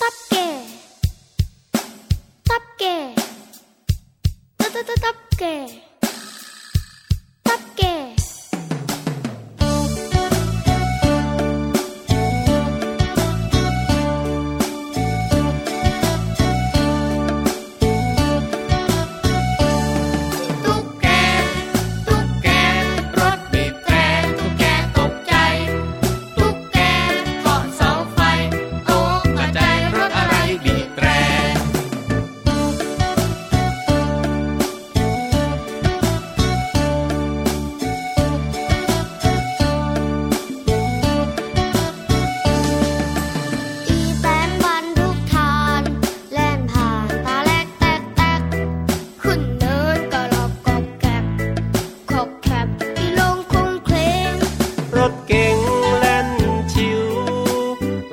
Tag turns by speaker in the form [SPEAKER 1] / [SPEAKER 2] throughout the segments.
[SPEAKER 1] ตับเก๋ตับเก๋ตับตับตับตับเก๋ตับเก๋
[SPEAKER 2] ตุ๊กแก ตุ๊กแก รถบีบแตรตุ๊กแกตกใจ ตุ๊กแกเกาะเสาไฟตกกระจายรถอะไรบีบแตร
[SPEAKER 1] อีแป้นบอลทุกทานแล่นผ่านตาแลกแตกแตกขึ้นเนินก็หลอกกอกแกบกอกแคบอีลงคงเคลง
[SPEAKER 3] รถเก๋งแล่นชิว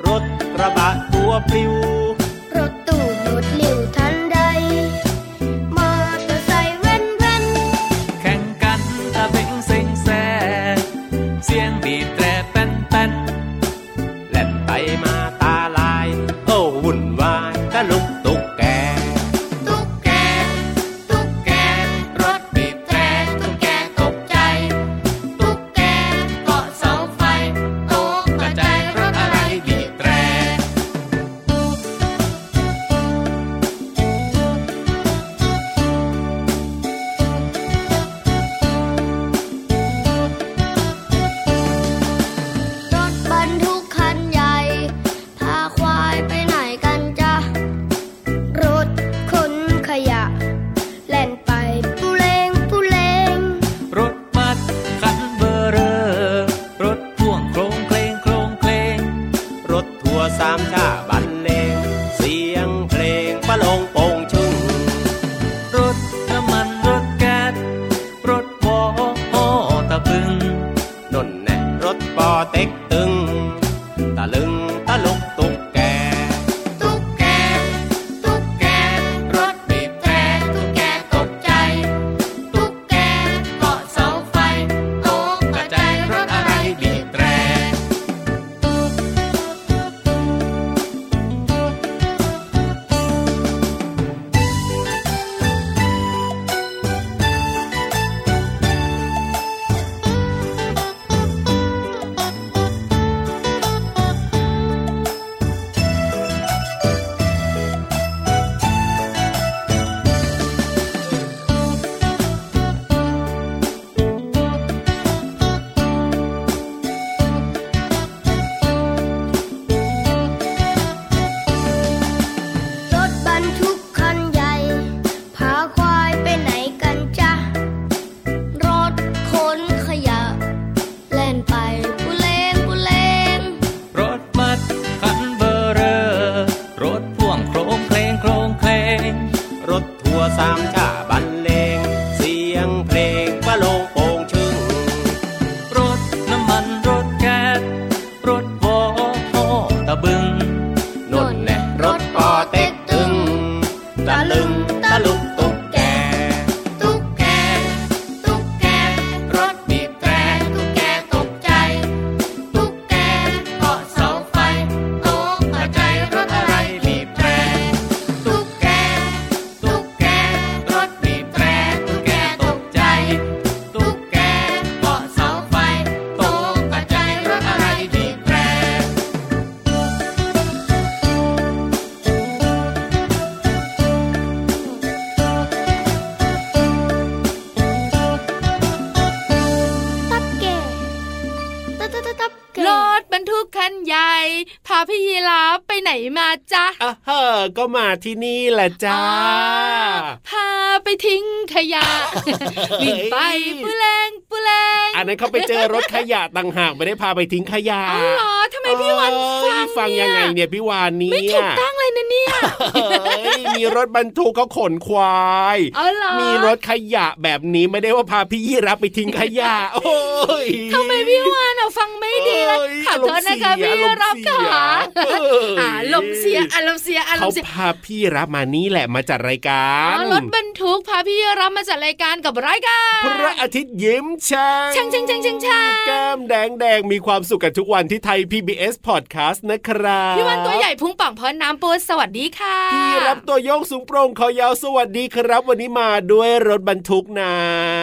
[SPEAKER 3] รถกระบะตัวปลิว
[SPEAKER 1] รถตู้หมุดหลิวทันใด มอเตอร์ไซค์แว่นแว่น
[SPEAKER 2] แข่งกันตะเบงเซ็งแซ่เสียงบีบแตรแป้นแป้น
[SPEAKER 3] แล่นไปมาตาลาย โอ้วุ่นวายตะลุกตุกแก
[SPEAKER 2] ตุ๊กแก ตุ๊กแก รถบีบแตรตุ๊กแกตกใจ ตุ๊กแกเกาะเสาไฟตกกระจายรถอะไรบีบแตร
[SPEAKER 1] รถบรรทุกคันใหญ่ พาควายไปไหนกันจ๊ะ รถขนขยะ แล่นไปปูเลงปูเลง
[SPEAKER 2] รถมัดคันเบอร์เรอรถพ่วงโครงเคลงโครงเคลง
[SPEAKER 3] รถทัวร์สามชาบันเลง เสียงเพลงประโลงโป่งชึ่ง
[SPEAKER 2] รถน้ำมันรถแก๊สรถวออตะพึง
[SPEAKER 3] นนแน่รถปอเต็กตึง ตะลึงตะลุกตุกแก
[SPEAKER 2] ตุ๊กแก ตุ๊กแก รถบีบแตรตุ๊กแกตกใจ ตุ๊กแกเกาะเสาไฟตกกระจายรถอะไรบีบแตร
[SPEAKER 1] รถบรรทุกคันใหญ่ พาควายไปไหนกันจ๊ะ รถขนขยะ แล่นไปปูเลงปูเลง
[SPEAKER 2] รถมัดคันเบอร์เรอรถพ่วงโครงเคลงโครงเคลง
[SPEAKER 3] รถทัวร์สามชาบันเลง เสียงเพลงประโลงโป่งชึ่ง
[SPEAKER 2] รถน้ำมันรถแก๊สรถวออตะบึง
[SPEAKER 3] นนแน่รถปอเต็กตึง ตะลึงตะลุกตุกแก
[SPEAKER 2] ตุ๊กแก ตุ๊กแก รถบีบแตรตุ๊กแกตกใจ ตุ๊กแกเกาะเสาไฟตกกระจายรถอะไรบีบแตร ตุ๊กแก ตุ๊กแก รถบีบแตรตุ๊กแกตกใจ ตุ๊กแกเกาะเสาไฟตกกระจายรถอะไรบีบแตร
[SPEAKER 1] ตับเก๋ตับตับตับตับเก๋
[SPEAKER 4] รถบรรทุกคันใหญ่ พาพี่ยีราฟไปไหนมาจ๊ะ
[SPEAKER 5] อ่ะเฮอก็มาที่นี่แหละจ้า
[SPEAKER 4] อ๋อพาไปทิ้งข ยะ วิ่งไปปุแรงปุแรง
[SPEAKER 5] อันนั้นเขาไปเจอรถขยะต่างหากไม่ได้พาไปทิ้งขยะ
[SPEAKER 4] อ๋อเหรอทำไมพี่วัน
[SPEAKER 5] เอ้ย
[SPEAKER 4] ฟัง
[SPEAKER 5] ฟังยังไงเนี่ยพี่วานเนี่
[SPEAKER 4] ไม่
[SPEAKER 5] ย
[SPEAKER 4] ถูกต้องเลย นะเนี่ย
[SPEAKER 5] เอ้ยมีรถบรรทุกเขาขนควาย
[SPEAKER 4] เอาเหรอ
[SPEAKER 5] มีรถขยะแบบนี้ไม่ได้ว่าพาพี่ยี่รับไปทิ้งขยะ โอ้ย
[SPEAKER 4] ทำไมพี่วานเอาฟังไม่ดีละ
[SPEAKER 5] เอ้ย
[SPEAKER 4] ขอโทษนะคะ
[SPEAKER 5] อารมณ์เสีย
[SPEAKER 4] พี่รับค่ะ
[SPEAKER 5] อารมณ์เสียเอ้ย
[SPEAKER 4] อารมณ์เสียอารมณ์เสียอาร
[SPEAKER 5] เขา
[SPEAKER 4] มณ์เสีย
[SPEAKER 5] พาพี่รับมานี่แหละมาจัดรายกา
[SPEAKER 4] อ๋อ
[SPEAKER 5] ร
[SPEAKER 4] รถบรรทุกพาพี่รับมาจัดรายการกับรายการ
[SPEAKER 5] พระอาทิตย์ยิ้มช่าง
[SPEAKER 4] ช่างช่างช่างช่างช่าง
[SPEAKER 5] แก้มแดงแดงมีความสุขกันทุกวันที่ไทย PBS Podcast นะครับ
[SPEAKER 4] พี่วานตัวใหญ่พุงป่องพอน้ำปูสวัสดีค่ะ
[SPEAKER 5] พี่รับตัวโยงสูงโปร่งคอยาวสวัสดีครับ วันนี้มาด้วยรถบรรทุกนะ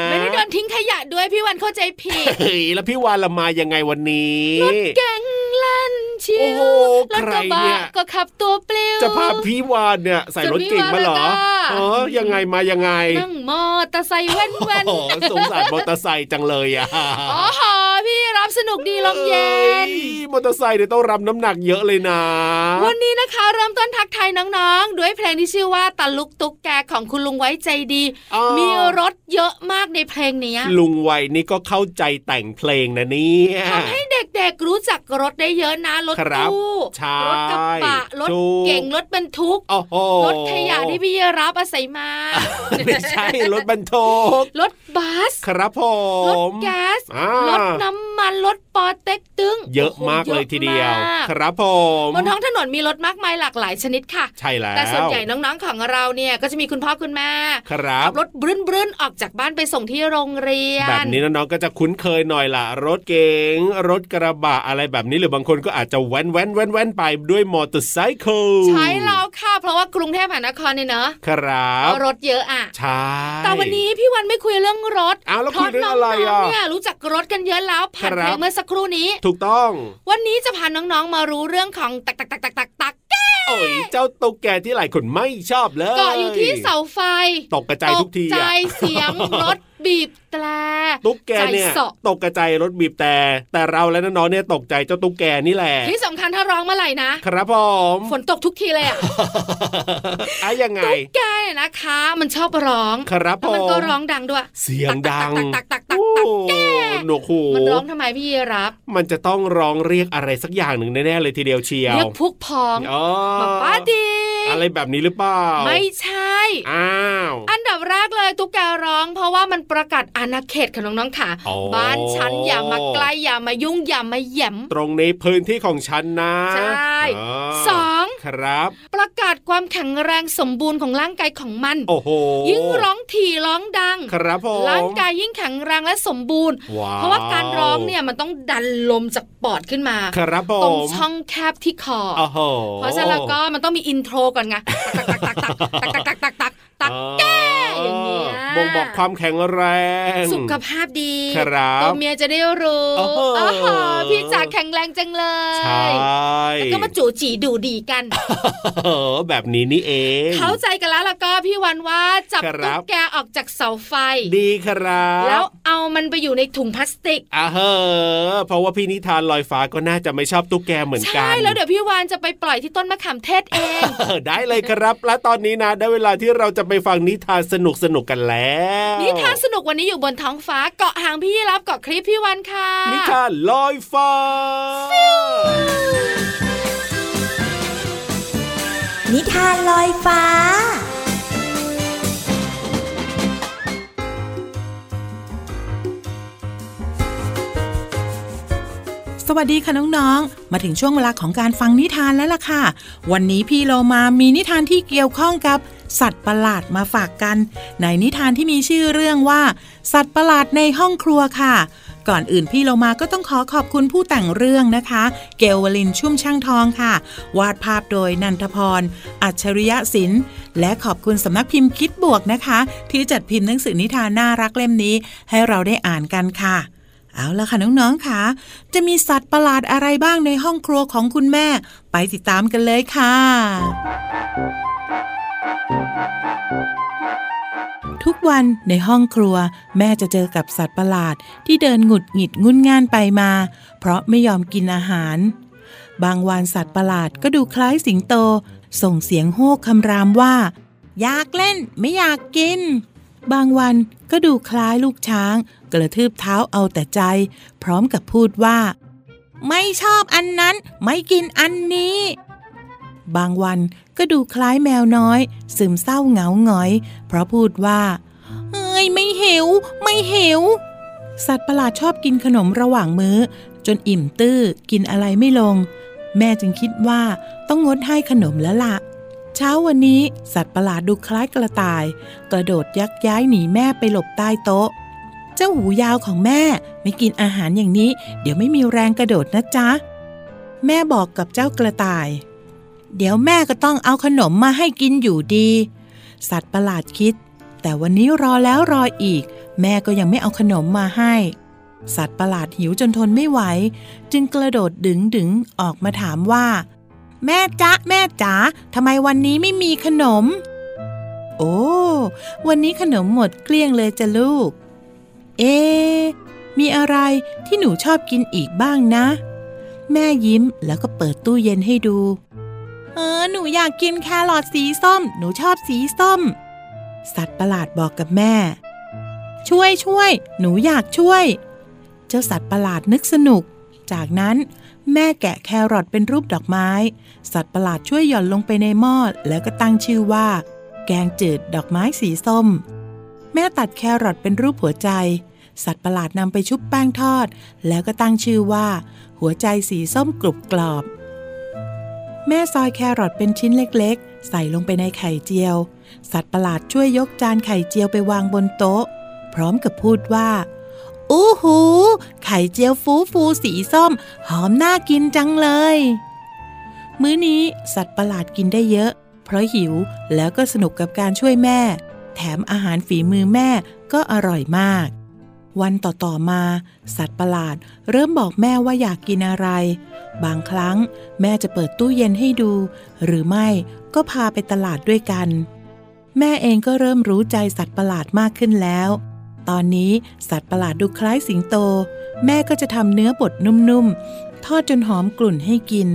[SPEAKER 4] ไม่ได้โดนทิ้งขยะด้วยพี่วานเข้าใจผิด
[SPEAKER 5] เฮ้ยแล้วพี่วานละมายังไงวันนี้
[SPEAKER 4] รถแก๊งลั่นชิ
[SPEAKER 5] โอ้
[SPEAKER 4] ว
[SPEAKER 5] โห
[SPEAKER 4] รถกระ
[SPEAKER 5] ใคร
[SPEAKER 4] บะ
[SPEAKER 5] เนี่ย
[SPEAKER 4] ก็ขับตัวเปลิว
[SPEAKER 5] จะพาพี่วานเนี่ยใส่รถเก่งมาเหรอ
[SPEAKER 4] ส่วนพี่วานแล้วก็
[SPEAKER 5] เออยังไงมายังไง
[SPEAKER 4] นั่งมอเตอร์ไซค์แว่นแว่น
[SPEAKER 5] โอ้โหสงสารมอเตอร์ไซค์จังเลยอ่ะ
[SPEAKER 4] อ๋อหอพี่รับสนุกดีลมเย็
[SPEAKER 5] อ้
[SPEAKER 4] น
[SPEAKER 5] ยมอเตอร์ไซค์เนี่ยต้องรับน้ำหนักเยอะเลยนะ
[SPEAKER 4] วันนี้นะคะเริ่มต้นทักทายน้องๆ ด้วยเพลงที่ชื่อว่าตะลุกตุกแกของคุณลุงไว้ใจดี
[SPEAKER 5] อ้าว
[SPEAKER 4] มีรถเยอะมากในเพลงเนี้ย
[SPEAKER 5] ลุงไวยนี่ก็เข้าใจแต่งเพลงนะเนี่ย
[SPEAKER 4] ทำให้เด็กๆรู้จักรถได้เยอะนะรถ
[SPEAKER 5] ครับ
[SPEAKER 4] ตู้
[SPEAKER 5] ใช่
[SPEAKER 4] รถกระบะรถ
[SPEAKER 5] ถูก
[SPEAKER 4] เก่งรถบรรทุก
[SPEAKER 5] โอ้โห
[SPEAKER 4] รถขยะที่พี่รับอาศัยมา
[SPEAKER 5] ไม่ใช่รถบรรทุก
[SPEAKER 4] รถบัส
[SPEAKER 5] ครับผ
[SPEAKER 4] รถ
[SPEAKER 5] ม
[SPEAKER 4] แก๊ส
[SPEAKER 5] อ่า
[SPEAKER 4] รถน้ำมันรถปอเต็กตึง
[SPEAKER 5] เยอะมาก
[SPEAKER 4] โอ้
[SPEAKER 5] เล
[SPEAKER 4] โห
[SPEAKER 5] ยทีเดียว
[SPEAKER 4] อะมาก
[SPEAKER 5] ครับผม
[SPEAKER 4] บนท้องถนนมีรถมากมายหลากหลายชนิดค่ะ
[SPEAKER 5] ใช่แล้ว
[SPEAKER 4] แต่ส่วนใหญ่น้องๆของเราเนี่ยก็จะมีคุณพ่อคุณแม่
[SPEAKER 5] ครับ
[SPEAKER 4] ขับรถบรื้นบรื้นๆออกจากบ้านไปส่งที่โรงเรียน
[SPEAKER 5] แบบนี้น้องๆก็จะคุ้นเคยหน่อยล่ะ รถเก๋งรถกระบะอะไรแบบนี้หรือบางคนก็อาจจะแว้นแว้นแว้นแว้นไปด้วยมอเตอร์ไซค์
[SPEAKER 4] ใช้แล้วค่ะ เพราะว่ากรุงเทพมหานครเนี่ยเนอะ
[SPEAKER 5] ครับ
[SPEAKER 4] รถเยอะอะ
[SPEAKER 5] ใช่
[SPEAKER 4] แต่วันนี้พี่วันไม่คุยเรื่องรถ
[SPEAKER 5] อ้าวแล้ว
[SPEAKER 4] เพ
[SPEAKER 5] คุย
[SPEAKER 4] ราะ
[SPEAKER 5] เรื่อง
[SPEAKER 4] น้
[SPEAKER 5] อะไร
[SPEAKER 4] อ
[SPEAKER 5] อ่ะ
[SPEAKER 4] งๆเนี่ยรู้จักรถกันเยอะแล้วผ่าน
[SPEAKER 5] ครั
[SPEAKER 4] เพ
[SPEAKER 5] บ
[SPEAKER 4] ลงเมื่อสักครู่นี้
[SPEAKER 5] ถูกต้อง
[SPEAKER 4] วันนี้จะพาน้องๆมารู้เรื่องของตักตักตักตักตักตักแก้
[SPEAKER 5] โอ้ยเจ้าตุ๊กแกที่หลายคนไม่ชอบเลย
[SPEAKER 4] เกาะอยู่ที่เสาไฟ
[SPEAKER 5] ตกกระจายทุกที
[SPEAKER 4] ใจ
[SPEAKER 5] อะ
[SPEAKER 4] เสียงรถบีบแตร
[SPEAKER 5] ตุ๊กแกเนี่ย
[SPEAKER 4] ใจเสาะ
[SPEAKER 5] ตกกระจายรถบีบแต่แต่เราและน้องๆเนี่ยตกใจเจ้าตุ๊กแกนี่แหละ
[SPEAKER 4] ที่สำคัญถ้าร้องเมื่อไหร่นะครับ
[SPEAKER 5] ผม
[SPEAKER 4] ฝนตกทุกทีเลยอะ
[SPEAKER 5] อะยังไง
[SPEAKER 4] ตุ๊กแกเนี่ยนะคะ มันชอบร้อง
[SPEAKER 5] ครับ
[SPEAKER 4] แล้วมัน
[SPEAKER 5] ผม
[SPEAKER 4] ก็ร้องดังด้วย
[SPEAKER 5] เสียงดัง
[SPEAKER 4] ตักตักตักตักตักตักแก
[SPEAKER 5] หนวกหู
[SPEAKER 4] มันร้องทำไมพี่รับ
[SPEAKER 5] มันจะต้องร้องเรียกอะไรสักอย่างหนึ่งแน่ๆเลยทีเดียวเชียว
[SPEAKER 4] เรียกพุกพอง
[SPEAKER 5] อ๋อ
[SPEAKER 4] บอกป้าดี
[SPEAKER 5] อะไรแบบนี้หรือเปล่า
[SPEAKER 4] ไม่ใช่
[SPEAKER 5] อ้าว
[SPEAKER 4] อันดับแรกเลยตุ๊กแกร้อง เพราะว่ามันประกาศอาณาเขตของน้องๆค่ะ
[SPEAKER 5] อ๋อ
[SPEAKER 4] บ้านฉันอย่ามาใกล้อย่ามายุ่งอย่ามาแหย่ม
[SPEAKER 5] ตรงนี้พื้นที่ของฉันนะ
[SPEAKER 4] ใช่
[SPEAKER 5] อ๋
[SPEAKER 4] สอง
[SPEAKER 5] ครับ
[SPEAKER 4] ประกาศความแข็งแรงสมบูรณ์ของร่างกายของมัน
[SPEAKER 5] โอ้โห
[SPEAKER 4] ยิ่งร้องถี่ร้องดัง
[SPEAKER 5] ครับผม
[SPEAKER 4] ร่างกายยิ่งแข็งแรงและสมบูรณ์
[SPEAKER 5] ว้
[SPEAKER 4] เพราะว่าการร้องเนี่ยมันต้องดันลมจากปอดขึ้นมา
[SPEAKER 5] ครับผม
[SPEAKER 4] ตรงช่องแคบที่คอ
[SPEAKER 5] โอ้โห
[SPEAKER 4] เพราะฉะนั้นแล้วก็มันต้องมีอินโทรก่อนไง ตักตักตักตักตักตักตักตักตัก
[SPEAKER 5] อ๋อ
[SPEAKER 4] แก้อย่างเงี้ย
[SPEAKER 5] บ่งบอกความแข็งแรง
[SPEAKER 4] สุขภาพดี
[SPEAKER 5] ครับ
[SPEAKER 4] ตัวเมียจะได้รู้
[SPEAKER 5] โอ้โห
[SPEAKER 4] อ้าวพี่จ๋าแข็งแรงจังเล
[SPEAKER 5] ใช่
[SPEAKER 4] ย แล้วก็มาจู่จีดูดีกัน
[SPEAKER 5] เออแบบนี้นี่เอง
[SPEAKER 4] เข้าใจกันแล้วแล้วก็พี่วันว่าจับ
[SPEAKER 5] ครับ
[SPEAKER 4] ตุ๊กแกออกจากเสาไฟ
[SPEAKER 5] ดีครับ
[SPEAKER 4] แล้วเอามันไปอยู่ในถุงพลาสติก
[SPEAKER 5] อ่าเฮ้อเพราะว่าพี่นิทานลอยฟ้าก็น่าจะไม่ชอบตุ๊กแกเหมือนกัน
[SPEAKER 4] ใช่ แล้วเดี๋ยวพี่วานจะไปปล่อยที่ต้นมะขามเทศเอง
[SPEAKER 5] เออได้เลยครับ และตอนนี้นะได้เวลาที่เราจะไปฟังนิทานสนุกสนุกๆกันแล้ว
[SPEAKER 4] นิทานสนุกวันนี้อยู่บนท้องฟ้าเกาะหางพี่รับเกาะคลิปพี่วันค่ะ
[SPEAKER 5] นิทานลอยฟ้า
[SPEAKER 6] นิทานลอยฟ้า
[SPEAKER 7] สวัสดีค่ะน้องๆ มาถึงช่วงเวลาของการฟังนิทานแล้วล่ะค่ะ วันนี้พี่เรามามีนิทานที่เกี่ยวข้องกับ สัตว์ประหลาดมาฝากกัน ในนิทานที่มีชื่อเรื่องว่า สัตว์ประหลาดในห้องครัวค่ะ ก่อนอื่นพี่เรามาก็ต้องขอขอบคุณผู้แต่งเรื่องนะคะ เกลวลินชุ่มช่างทองค่ะ วาดภาพโดยนันทพร อัจฉริยะศิลป์ และขอบคุณสำนักพิมพ์คิดบวกนะคะ ที่จัดพิมพ์หนังสือนิทานน่ารักเล่มนี้ ให้เราได้อ่านกันค่ะ เอาละค่ะน้องๆค่ะ จะมีสัตว์ประหลาดอะไรบ้างในห้องครัวของคุณแม่ ไปติดตามกันเลยค่ะ ทุกวันในห้องครัว แม่จะเจอกับสัตว์ประหลาดที่เดินหงุดหงิดงุนง่านไปมา เพราะไม่ยอมกินอาหาร บางวันสัตว์ประหลาดก็ดูคล้ายสิงโต ส่งเสียงโฮกคำรามว่า อยากเล่นไม่อยากกิน บางวันก็ดูคล้ายลูกช้าง กระทืบเท้าเอาแต่ใจ พร้อมกับพูดว่า ไม่ชอบอันนั้น ไม่กินอันนี้ บางวันก็ดูคล้ายแมวน้อย ซึมเศร้าเหงาหงอย เพราะพูดว่า เอ้ยไม่หิว ไม่หิว สัตว์ประหลาดชอบกินขนมระหว่างมื้อ จนอิ่มตื้อกินอะไรไม่ลง แม่จึงคิดว่าต้องงดให้ขนมแล้วละ่ะ เช้าวันนี้สัตว์ประหลาดดูคล้ายกระต่าย กระโดดยักย้ายหนีแม่ไปหลบใต้โต๊ะ เจ้าหูยาวของแม่ไม่กินอาหารอย่างนี้ เดี๋ยวไม่มีแรงกระโดดนะจ๊ะ แม่บอกกับเจ้ากระต่าย เดี๋ยวแม่ก็ต้องเอาขนมมาให้กินอยู่ดี สัตว์ประหลาดคิด แต่วันนี้รอแล้วรออีก แม่ก็ยังไม่เอาขนมมาให้ สัตว์ประหลาดหิวจนทนไม่ไหว จึงกระโดดดึงดึงๆออกมาถามว่า แม่จ๊ะแม่จ๋าทำไมวันนี้ไม่มีขนม โอ้ วันนี้ขนมหมดเกลี้ยงเลยจ้ะลูก เอ๊ะมีอะไรที่หนูชอบกินอีกบ้างนะ แม่ยิ้มแล้วก็เปิดตู้เย็นให้ดู เออ หนูอยากกินแครอทสีส้ม หนูชอบสีส้ม สัตว์ประหลาดบอกกับแม่ ช่วยช่วย หนูอยากช่วย เจ้าสัตว์ประหลาดนึกสนุก จากนั้นแม่แกะแครอทเป็นรูปดอกไม้ สัตว์ประหลาดช่วยหย่อนลงไปในหม้อแล้วก็ตั้งชื่อว่า แกงจืดดอกไม้สีส้ม แม่ตัดแครอทเป็นรูปหัวใจ สัตว์ประหลาดนำไปชุบแป้งทอด แล้วก็ตั้งชื่อว่า หัวใจสีส้มกรุบกรอบ แม่ซอยแครอทเป็นชิ้นเล็กๆ ใส่ลงไปในไข่เจียว สัตว์ประหลาดช่วยยกจานไข่เจียวไปวางบนโต๊ะ พร้อมกับพูดว่า อู้หู ไข่เจียวฟูฟูสีส้ม หอมน่ากินจังเลย มื้อนี้สัตว์ประหลาดกินได้เยอะ เพราะหิวแล้วก็สนุกกับการช่วยแม่ แถมอาหารฝีมือแม่ก็อร่อยมาก วันต่อๆมา สัตว์ประหลาดเริ่มบอกแม่ว่าอยากกินอะไร บางครั้งแม่จะเปิดตู้เย็นให้ดู หรือไม่ก็พาไปตลาดด้วยกัน แม่เองก็เริ่มรู้ใจสัตว์ประหลาดมากขึ้นแล้ว ตอนนี้สัตว์ประหลาดดูคล้ายสิงโต แม่ก็จะทำเนื้อบดนุ่มๆ ทอดจนหอมกลุ่นให้กิน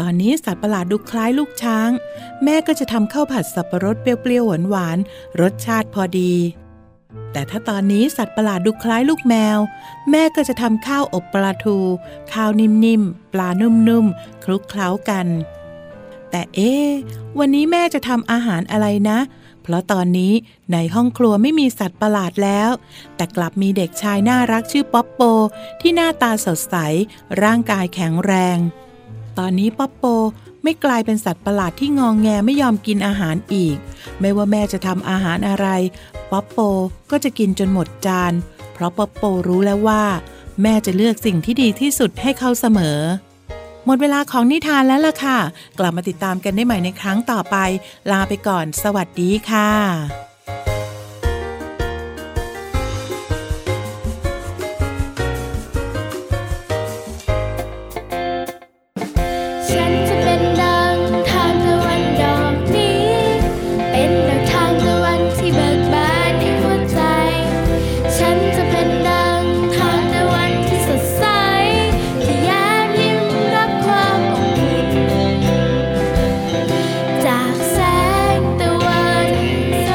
[SPEAKER 7] ตอนนี้สัตว์ประหลาดดูคล้ายลูกช้าง แม่ก็จะทำข้าวผัดสับประรดเปรี้ยวๆหวานๆรสชาติพอดี แต่ถ้าตอนนี้สัตว์ประหลาดดูคล้ายลูกแมว แม่ก็จะทำข้าวอบปลาทู ข้าวนิ่มๆ ปลานุ่มๆ คลุกเคล้ากัน แต่เอ๊ะวันนี้แม่จะทำอาหารอะไรนะ เพราะตอนนี้ในห้องครัวไม่มีสัตว์ประหลาดแล้ว แต่กลับมีเด็กชายน่ารักชื่อป๊อปโป ที่หน้าตาสดใส ร่างกายแข็งแรง ตอนนี้ป๊อปโปไม่กลายเป็นสัตว์ประหลาดที่งองแงไม่ยอมกินอาหารอีก ไม่ว่าแม่จะทำอาหารอะไร ป๊อปโปก็จะกินจนหมดจาน เพราะป๊อปโปรู้แล้วว่า แม่จะเลือกสิ่งที่ดีที่สุดให้เขาเสมอ หมดเวลาของนิทานแล้วล่ะค่ะ กลับมาติดตามกันได้ใหม่ในครั้งต่อไป ลาไปก่อน สวัสดีค่ะ
[SPEAKER 1] ฉันจะเป็นดังทานตะวันดอกนี้ เป็นดังทานตะวันที่เบิกบานในหัวใจ ฉันจะเป็นดังทานตะวันที่สดใสที่แย้มยิ้มรับความอบอุ่นจากแสงตะวันแส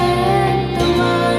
[SPEAKER 1] ง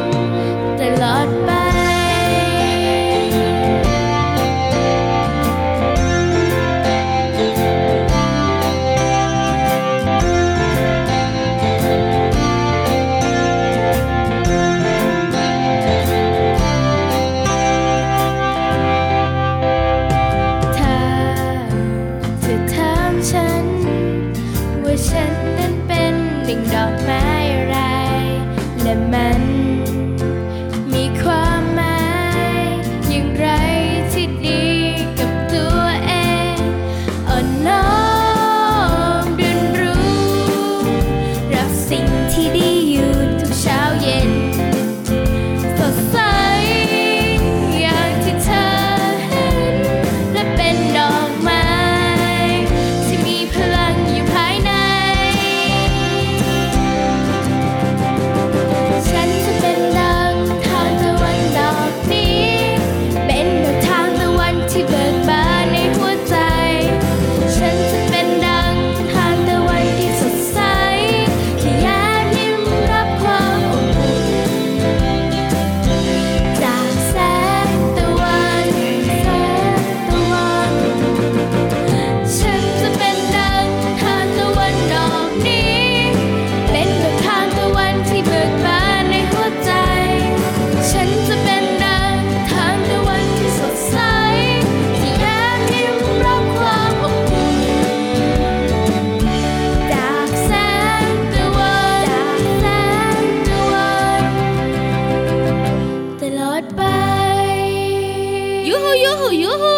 [SPEAKER 4] ยูหูยูหู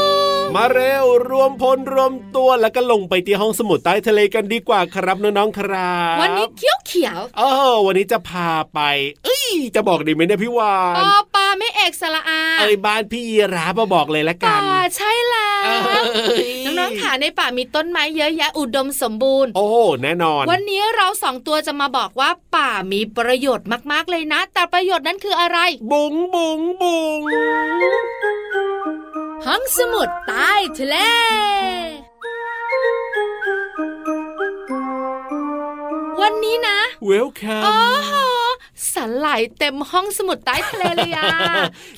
[SPEAKER 5] มาเร็วรวมพลรวมตัวแล้วก็ลงไปที่ห้องสมุดใต้ทะเลกันดีกว่าครับน้องๆครับ
[SPEAKER 4] วันนี้เขียวเขียว
[SPEAKER 5] เออวันนี้จะพาไป เอ้ยจะบอกดีไหมเนี่ยพี่วา
[SPEAKER 4] ป
[SPEAKER 5] น
[SPEAKER 4] อปลาไม่เอกสระอา
[SPEAKER 5] เอ้ยบ้านพี่ยีราฟมาบอกเลยละกั
[SPEAKER 4] ป่าน ใช่แล้ว
[SPEAKER 5] เอ้ย
[SPEAKER 4] น้องๆค่ะในป่ามีต้นไม้เยอะแยะอุดมสมบูรณ์
[SPEAKER 5] โอ้แน่นอน
[SPEAKER 4] วันนี้เราสองตัวจะมาบอกว่าป่ามีประโยชน์มากๆเลยนะ แต่ประโยชน์นั้นคืออะไร
[SPEAKER 5] บุ๋งบุ๋งบุ๋ง
[SPEAKER 4] ห้องสมุดใต้ทะเล วันนี้นะ
[SPEAKER 5] เวลคัม
[SPEAKER 4] โอ้โหสันไหลเต็มห้องสมุดใต้ทะเลเลยอะ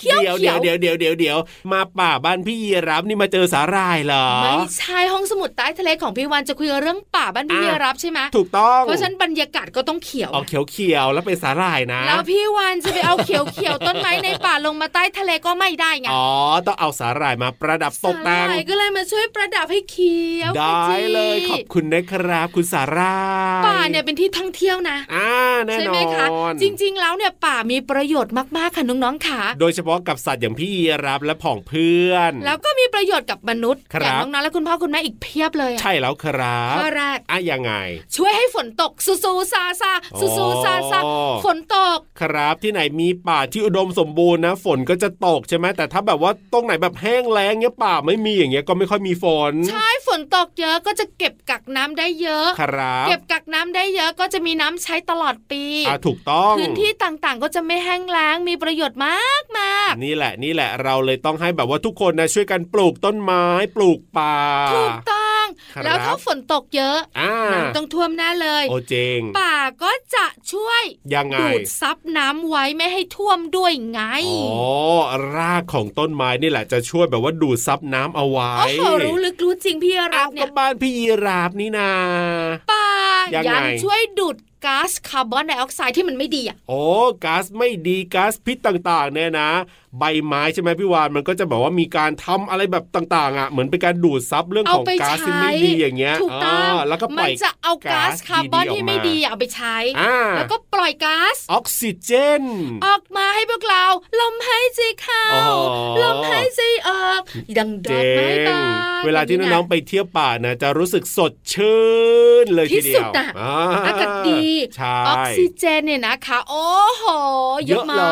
[SPEAKER 4] เขีย ว
[SPEAKER 5] เดี๋ยว
[SPEAKER 4] เขี
[SPEAKER 5] เดี๋
[SPEAKER 4] ย
[SPEAKER 5] ยว วเดี๋ยวเดี๋ยวเดี๋ยวเดี๋ยวมาป่าบ้านพี่ยีรับนี่มาเจอสาหร่ายเหรอ
[SPEAKER 4] ไม่ใช่ห้องสมุดใต้ทะเลของพี่วันจะคุยเรื่องป่าบ้าน
[SPEAKER 5] อ่ะ
[SPEAKER 4] พี่เมียรับใช่ไหม
[SPEAKER 5] ถูกต้อง
[SPEAKER 4] เพราะฉะนั้นบรรยากาศก็ต้องเขียว
[SPEAKER 5] ออกเขียวเขียวๆแล้วเป็นสาหร่ายนะ
[SPEAKER 4] แล้วพี่วันจะไปเอาเขียวเขียวๆต้นไม้ในป่าลงมาใต้ทะเลก็ไม่ได้ไง
[SPEAKER 5] อ๋อ ต้องเอาสาหร่ายมาประดับตกแต่ง
[SPEAKER 4] สาหร่ายก็เลยมาช่วยประดับให้เขียวข
[SPEAKER 5] ได้
[SPEAKER 4] จี
[SPEAKER 5] เลยขอบคุณนะครับ คุณสาหร่าย
[SPEAKER 4] ป่าเนี่ยเป็นที่ท่องเที่ยวนะ
[SPEAKER 5] อ่าแน่
[SPEAKER 4] ใช่
[SPEAKER 5] น
[SPEAKER 4] ไหม
[SPEAKER 5] อ
[SPEAKER 4] คะ
[SPEAKER 5] น
[SPEAKER 4] จริง ๆ แล้วเนี่ยป่ามีประโยชน์มากๆค่ะน้องๆค่ะ
[SPEAKER 5] โดยเฉพาะกับสัตว์อย่างพี่ยีรับและผองเพื่อน
[SPEAKER 4] แล้วก็มีประโยชน์กับมนุษย์
[SPEAKER 5] ครับ
[SPEAKER 4] อย่างน้องๆและคุณพ่อคุณแม่อีกเพียบเลยอะ
[SPEAKER 5] ใช่แล้วครับ
[SPEAKER 4] ข้อแรก
[SPEAKER 5] อ่ะยังไง
[SPEAKER 4] ช่วยให้ฝนตกซูซูซาซาซูซูซาซา
[SPEAKER 5] อ๋อ
[SPEAKER 4] ฝนตก
[SPEAKER 5] ครับที่ไหนมีป่าที่อุดมสมบูรณ์นะ ฝนก็จะตกใช่ไหมแต่ถ้าแบบว่าตรงไหนแบบแห้งแล้งเงี้ยป่าไม่มีอย่างเงี้ยก็ไม่ค่อยมีฝน
[SPEAKER 4] ใช่ฝนตกเยอะก็จะเก็บกักน้ำได้เยอะ
[SPEAKER 5] ครับ
[SPEAKER 4] เก็บกักน้ำได้เยอะก็จะมีน้ำใช้ตลอดปี
[SPEAKER 5] อ่ะถูกต้อง
[SPEAKER 4] พื้นที่ต่างๆ ก็จะไม่แห้งแล้งมีประโยชน์มากมาก
[SPEAKER 5] นี่แหละนี่แหละเราเลยต้องให้แบบว่าทุกคนนะช่วยกันปลูกต้นไม้ปลูกป่า
[SPEAKER 4] ถูกต้อง
[SPEAKER 5] ครับ
[SPEAKER 4] แล้วถ้าฝนตกเยอะ
[SPEAKER 5] อ่า
[SPEAKER 4] น้ำต้องท่วมแน่เลย
[SPEAKER 5] โอเจง
[SPEAKER 4] ป่าก็จะช่วย
[SPEAKER 5] ยังไง
[SPEAKER 4] ดูดซับน้ำไว้ไม่ให้ท่วมด้วยไง
[SPEAKER 5] อ๋อรากของต้นไม้นี่แหละจะช่วยแบบว่าดูดซับน้ำเอาไว้
[SPEAKER 4] โอ้โหรู้ลึกรู้จริงพี่รั
[SPEAKER 5] เอา
[SPEAKER 4] บเนี่
[SPEAKER 5] ก็
[SPEAKER 4] ย
[SPEAKER 5] บ้านพี่ยีราฟนี่นา
[SPEAKER 4] ป่า
[SPEAKER 5] ยั
[SPEAKER 4] ยัง
[SPEAKER 5] ไง
[SPEAKER 4] ช่วยดูดก๊าซคาร์บอนไดออกไซด์ที่มันไม่ดีอ่ะ
[SPEAKER 5] โอ้ก๊าซไม่ดีก๊าซพิษต่างๆ เนี่ยนะ ใบไม้ใช่ไหมพี่วานมันก็จะแบบว่ามีการทำอะไรแบบต่างๆ อ่ะ เหมือนเป็นการดูดซับเรื่อง
[SPEAKER 4] เอา
[SPEAKER 5] ของ
[SPEAKER 4] ไป
[SPEAKER 5] ก๊าซ
[SPEAKER 4] ใช้
[SPEAKER 5] ที่ไม่ดีอย่างเงี้ย
[SPEAKER 4] ถูกต้อ
[SPEAKER 5] าง แล้วก็ป
[SPEAKER 4] มั
[SPEAKER 5] ล่
[SPEAKER 4] น
[SPEAKER 5] อย
[SPEAKER 4] จะเอาก๊าซ
[SPEAKER 5] ก๊าซ
[SPEAKER 4] คาร์บอน
[SPEAKER 5] ดีๆออกมา
[SPEAKER 4] ที่ไม่ดีอะเอาไปใช้
[SPEAKER 5] อ่า
[SPEAKER 4] แล้วก็ปล่อยก๊าซ
[SPEAKER 5] ออกซิเจน
[SPEAKER 4] ออกมาให้พวกเรา ลมหายใจเข้า
[SPEAKER 5] อ๋อ
[SPEAKER 4] ลมหายใจออกดังดอก
[SPEAKER 5] เจ๋
[SPEAKER 4] ไม้
[SPEAKER 5] ง
[SPEAKER 4] บาน
[SPEAKER 5] เวลาที่น้องๆไปเที่ยวป่านะจะรู้สึกสดชื่นเลยที
[SPEAKER 4] ที่
[SPEAKER 5] เดี
[SPEAKER 4] สุ
[SPEAKER 5] ย
[SPEAKER 4] ด
[SPEAKER 5] ว
[SPEAKER 4] อ่ะ
[SPEAKER 5] อ่
[SPEAKER 4] อากาศดี
[SPEAKER 5] ใช่
[SPEAKER 4] ออกซิเจนเนี่ยนะคะ โอ้โหเย
[SPEAKER 5] เย
[SPEAKER 4] อะ
[SPEAKER 5] อะ
[SPEAKER 4] มา
[SPEAKER 5] เล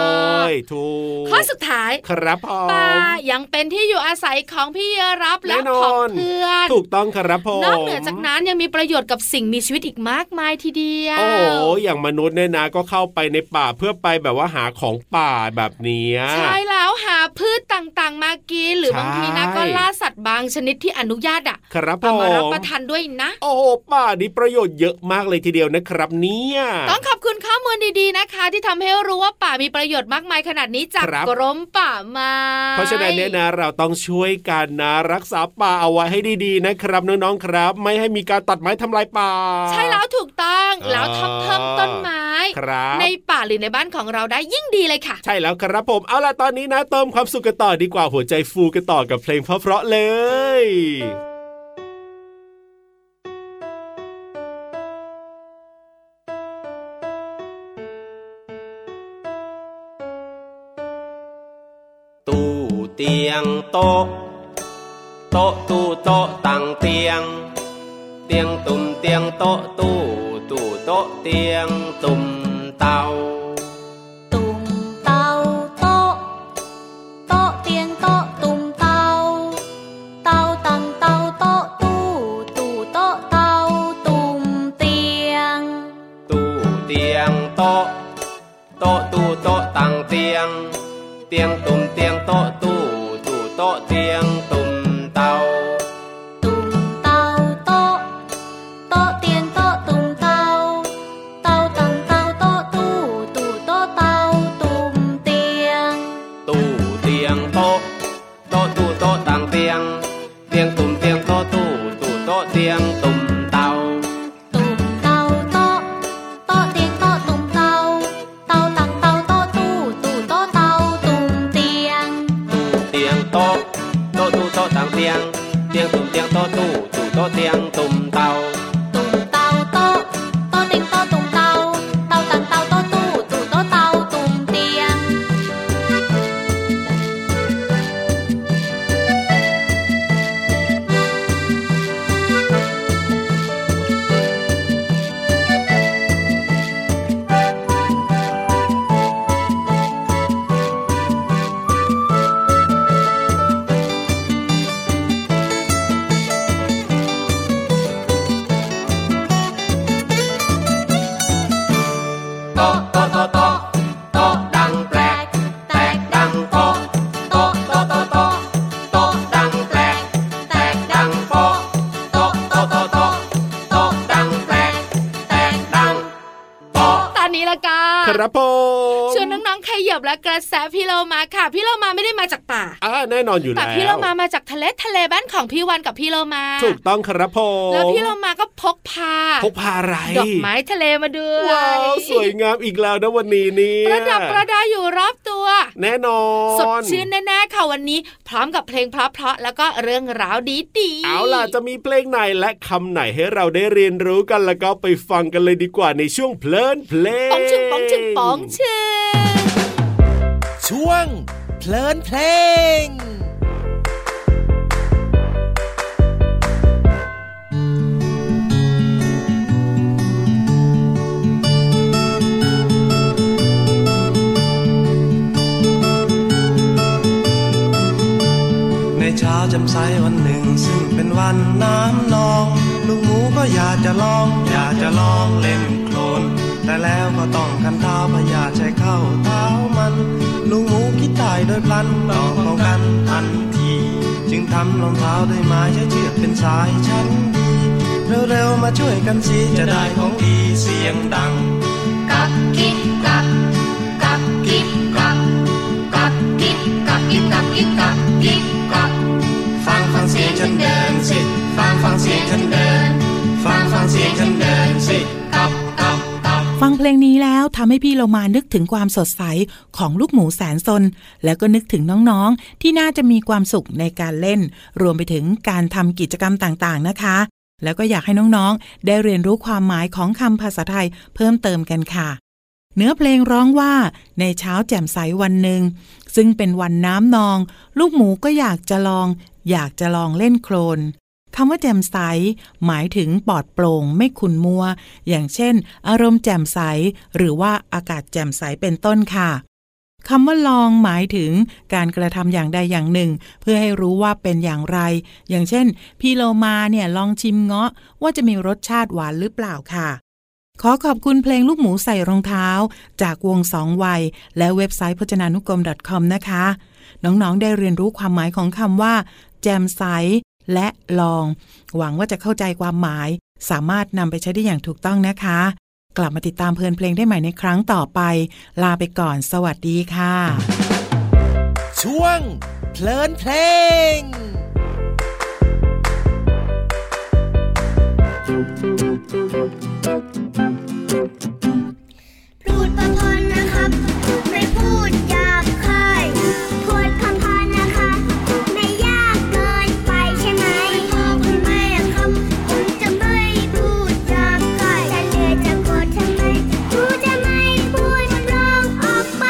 [SPEAKER 4] ก
[SPEAKER 5] ยถูก
[SPEAKER 4] ข้อสุดท้าย
[SPEAKER 5] ครับผม
[SPEAKER 4] ป่ายังเป็นที่อยู่อาศัยของพี่เยรับและ
[SPEAKER 5] แน่นอน
[SPEAKER 4] ของเพื่อน
[SPEAKER 5] ถูกต้องครับผม
[SPEAKER 4] นอกเหนือจากนั้นยังมีประโยชน์กับสิ่งมีชีวิตอีกมากมายทีเดียว
[SPEAKER 5] โอ้โห อย่างมนุษย์เนี่ยนะก็เข้าไปในป่าเพื่อไปแบบว่าหาของป่าแบบเนี้ย
[SPEAKER 4] ใช่แล้วหาพืชต่างๆ มากิน หรือ
[SPEAKER 5] ใช่
[SPEAKER 4] บางทีนะก็ล่าสัตว์บางชนิดที่อนุญาตอ่ะ
[SPEAKER 5] ครับผ
[SPEAKER 4] เอามารับ
[SPEAKER 5] ม
[SPEAKER 4] ประทานด้วยนะ
[SPEAKER 5] โอ้โห ป่านี่ประโยชน์เยอะมากเลยทีเดียวนะครับ เนี่ย
[SPEAKER 4] ต้องขอบคุณข้อมูลดีๆนะคะ ที่ทำให้รู้ว่าป่ามีประโยชน์มากมายขนาดนี้จาก
[SPEAKER 5] ครับ
[SPEAKER 4] กรมป่าไม้
[SPEAKER 5] เพราะฉะนั้นเนี่ยนะเราต้องช่วยกันนะ รักษาป่าเอาไว้ให้ดีๆนะครับน้องๆครับ ไม่ให้มีการตัดไม้ทำลายป่า
[SPEAKER 4] ใช่แล้วถูกต้องแล้วทำเพิ่มต้นไม้
[SPEAKER 5] ครับ
[SPEAKER 4] ในป่าหรือในบ้านของเราได้ยิ่งดีเลยค่ะ
[SPEAKER 5] ใช่แล้วครับผม เอาล่ะตอนนี้นะ เติมความสุขกันต่อดีกว่าหัวใจฟูกันต่อกับเพลงเพราะๆเลย
[SPEAKER 8] ตู้เตียงโต๊ะ โต๊ะตู้โต๊ะตังเตียง เตียงตุ่มเตียงโต๊ะตู้ตู้โต๊ะเตียงตุ่มเตา
[SPEAKER 1] ตุ่มเตาโต๊ะโต๊ะเตียงโต๊ะตุ่มเตาเตาตังเตาโต๊ะตู้ตู้โต๊ะเตาตุ่มเตียง
[SPEAKER 8] ตู้เตียงโต๊ะ โต๊ะตู้โต๊ะตังเตียง เตียงตุ่มเตียงโต๊ะตู้ตู้โต๊ะเตียงตุ่มเตา
[SPEAKER 1] ตุ่มเตาโต๊ะโต๊ะเตียงโต๊ะตุ่มเตาเตาตังเตาโต๊ะตู้ตู้โต๊ะเตาตุ่มเตียง
[SPEAKER 8] ตู้เตียงโต๊ะโต๊ะตู้โต๊ะต่างเตียง เตียงตุ่มเตียงโต๊ะตู้ตู้โต๊ะเตียงตุ่มเตา
[SPEAKER 1] ตุ่มเตาโต๊ะโต๊ะเตียงโต๊ะตุ่มเตาเตาตังเตาโต๊ะตู้ตู้โต๊ะเตาตุ่มเตียง
[SPEAKER 8] ตู้เตียงโต๊ะโต๊ะตู้โต๊ะต่างเตียง เตียงตุ่มเตียงโต๊ะตู้ตู้โต๊ะเตียงตุ่มเตา
[SPEAKER 1] ตุ่มเตาโต๊ะโต๊ะเตียงโต๊ะตุ่มเตาเตาตังเตาโต๊ะตู้ตู้โต๊ะเตาตุ่มเตียง
[SPEAKER 8] ต
[SPEAKER 5] ครับผม
[SPEAKER 4] ชวนน้องๆขยับและกระแสพี่เรามาค่ะ พี่เรามาไม่ได้มาจากป่า
[SPEAKER 5] อ่าแน่นอนอยู่
[SPEAKER 4] แต่
[SPEAKER 5] แล้ว
[SPEAKER 4] พี่เรามามาจากทะเลทะเลบ้านของพี่วันกับพี่เรามา
[SPEAKER 5] ถูกต้องครับผม
[SPEAKER 4] แล้วพี่เรามาก็พกพา
[SPEAKER 5] พกพาอะไร
[SPEAKER 4] ดอกไม้ทะเลมาด้วย
[SPEAKER 5] ว้าวสวยงามอีกแล้วนะวันนี้เนี่ย
[SPEAKER 4] ประดับประดาอยู่รอบตัว
[SPEAKER 5] แน่นอน
[SPEAKER 4] สดชื่นแน่ๆค่ะวันนี้ พร้อมกับเพลงเพราะๆแล้วก็เรื่องราวดีๆ
[SPEAKER 5] เอาล่ะจะมีเพลงไหนและคำไหนให้เราได้เรียนรู้กันแล้วก็ไปฟังกันเลยดีกว่าในช่วงเพลินเพลง
[SPEAKER 4] ปองชึงปองชึงปองชึง
[SPEAKER 9] ช่วงเพลินเพลง ในเช้าจำใสวันหนึ่ง ซึ่งเป็นวันน้ำนอง ลูกหมูก็อยากจะลอง อยากจะลองเล่นโคลน แต่แล้วก็ต้องคันเท้าพยาใช้เข้าเท้ามัน ลูกหมูคิดตายโดยพลันต้องป้องกันทันที จึงทำรองเท้าด้วยไม้ใช้เชือกเป็นสายชั้นดี เร็วๆมาช่วยกันสิจะได้ของดีเสียงดัง
[SPEAKER 2] กักกินกักกักกินกักกักกินกักกินกักกินกักกินกัก
[SPEAKER 9] ฟังฟังเสียงฉันเดินสิ ฟังฟังเสียงฉันเดิน ฟังฟังเสียงฉันเดินสิ
[SPEAKER 2] กับกับกับ
[SPEAKER 7] ฟังเพลงนี้แล้วทำให้พี่เรามานึกถึงความสดใสของลูกหมูแสนซน แล้วก็นึกถึงน้องๆ ที่น่าจะมีความสุขในการเล่น รวมไปถึงการทำกิจกรรมต่างๆนะคะ แล้วก็อยากให้น้องๆ ได้เรียนรู้ความหมายของคำภาษาไทยเพิ่มเติมกันค่ะ เนื้อเพลงร้องว่าในเช้าแจ่มใสวันหนึ่ง ซึ่งเป็นวันน้ำนอง ลูกหมูก็อยากจะลอง อยากจะลองเล่นโคลน คำว่าแจ่มใส หมายถึงปลอดโปร่งไม่ขุ่นมัว อย่างเช่น อารมณ์แจ่มใส หรือว่าอากาศแจ่มใสเป็นต้นค่ะคำว่าลองหมายถึงการกระทำอย่างใดอย่างหนึ่ง เพื่อให้รู้ว่าเป็นอย่างไร อย่างเช่น พี่โลมาเนี่ยลองชิมเงาะว่าจะมีรสชาติหวานหรือเปล่าค่ะ ขอขอบคุณเพลงลูกหมูใส่รองเท้า จากวงสองวัย และเว็บไซต์พจนานุกรม .com นะคะ น้องๆ ได้เรียนรู้ความหมายของคำว่า แจมใส และลอง หวังว่าจะเข้าใจความหมาย สามารถนำไปใช้ได้อย่างถูกต้องนะคะ กลับมาติดตามเพลินเพลงได้ใหม่ในครั้งต่อไป ลาไปก่อน สวัสดีค่ะ
[SPEAKER 9] ช่วงเพลินเพลง
[SPEAKER 1] พูดประพรนะครับ ไม่พูดหยาบคายพูดคำพรนะคะ ไม่ยากเกินไปใช่ไหมพ่อคุณแม่ครับผมจะไม่พูดหยาบคายจะเหนื่อยจะโกรธทำไมพูดจะไม่พูดร้องออกไป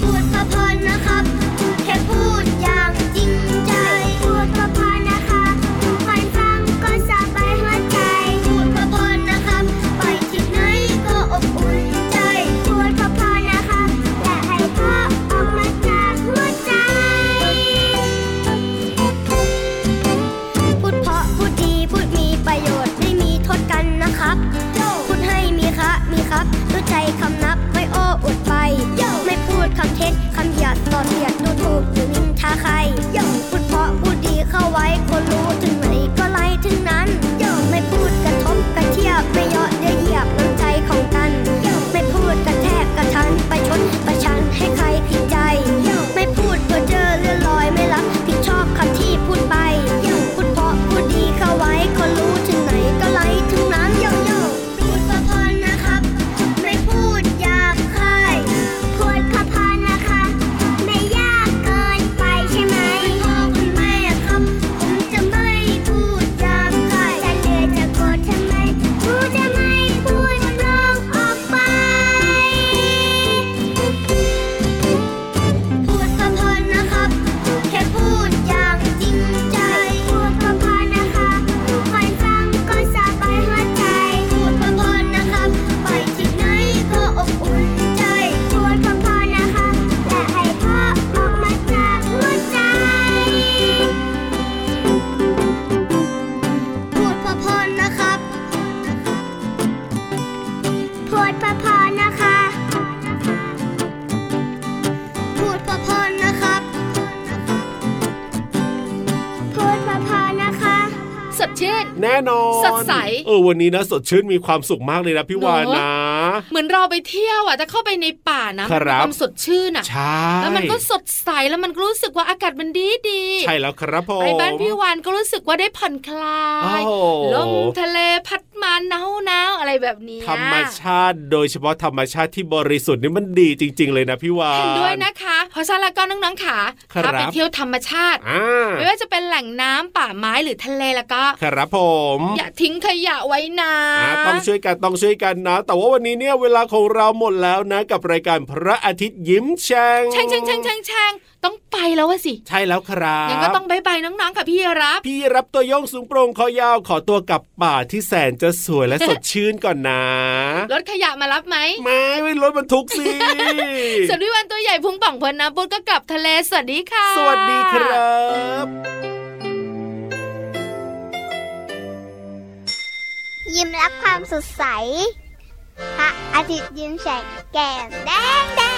[SPEAKER 1] พูดประพรนะครับ แค่พูดอย่างจริงใจ พูดประพรนะคะคนฟังก็สบายหัวใจ พูดประพรนะครับ ไปถึงไหน
[SPEAKER 5] แน่นอน
[SPEAKER 4] สดใส
[SPEAKER 5] เออวันนี้นะสดชื่นมีความสุขมากเลยนะพี่วานนะ
[SPEAKER 4] เหมือนเราไปเที่ยวอ่ะถ้าเข้าไปในป่านะมั
[SPEAKER 5] ค
[SPEAKER 4] มี
[SPEAKER 5] รับ
[SPEAKER 4] ความสดชื่นอ่ะ
[SPEAKER 5] ใช่
[SPEAKER 4] แล้วมันก็สดใสแล้วมันก็รู้สึกว่าอากาศมันดีดีๆ
[SPEAKER 5] ใช่แล้วครับผม
[SPEAKER 4] ไปบ้านพี่วานก็รู้สึกว่าได้ผ่อนคลาย
[SPEAKER 5] โอ้โห
[SPEAKER 4] ลมทะเลพัดมาหนาวหนาวๆอะไรแบบเนี้ย
[SPEAKER 5] ธรรมชาติโดยเฉพาะธรรมชาติที่บริสุทธิ์นี่มันดีจริง ๆ เลยนะพี่วาน
[SPEAKER 4] เห็นด้วยนะคะ เพราะฉะนั้นแล้วก็น้องๆขา
[SPEAKER 5] ครับ
[SPEAKER 4] ถ้าไปเที่ยวธรรมชาติ
[SPEAKER 5] อ่า
[SPEAKER 4] ไม่ว่าจะเป็นแหล่งน้ำป่าไม้หรือทะเลแล้วก็
[SPEAKER 5] ครับผม
[SPEAKER 4] อย่าทิ้งขยะไว้นะ
[SPEAKER 5] อ่าต้องช่วยกันต้องช่วยกันนะ แต่ว่าวันนี้เนี่ยเวลาของเราหมดแล้วนะ กับรายการพระอาทิตย์ยิ้มแฉ่ง
[SPEAKER 4] แช่งแช่งแช่งแช่งแช่งต้องไปแล้วอะสิ
[SPEAKER 5] ใช่แล้วครับ
[SPEAKER 4] ยังก็ต้องบายบายน้องๆกับพี่รับ
[SPEAKER 5] พี่รับตัวโยงสูงโปร่งคอยาวขอตัวกลับป่าที่แสนจะสวยและสดชื่นก่อนนะ
[SPEAKER 4] รถขยะมารับไหม
[SPEAKER 5] ไม่ไม่รถบรรทุกสิ
[SPEAKER 4] ส่วนพี่วันตัวใหญ่พุงป่องพลน้ำปุดก็กลับทะเลสวัสดีค่ะ
[SPEAKER 5] สวัสดีครับ
[SPEAKER 1] ยิ้มรับความสดใส พระอาทิตย์ยิ้มแฉกแก้มแดงแดง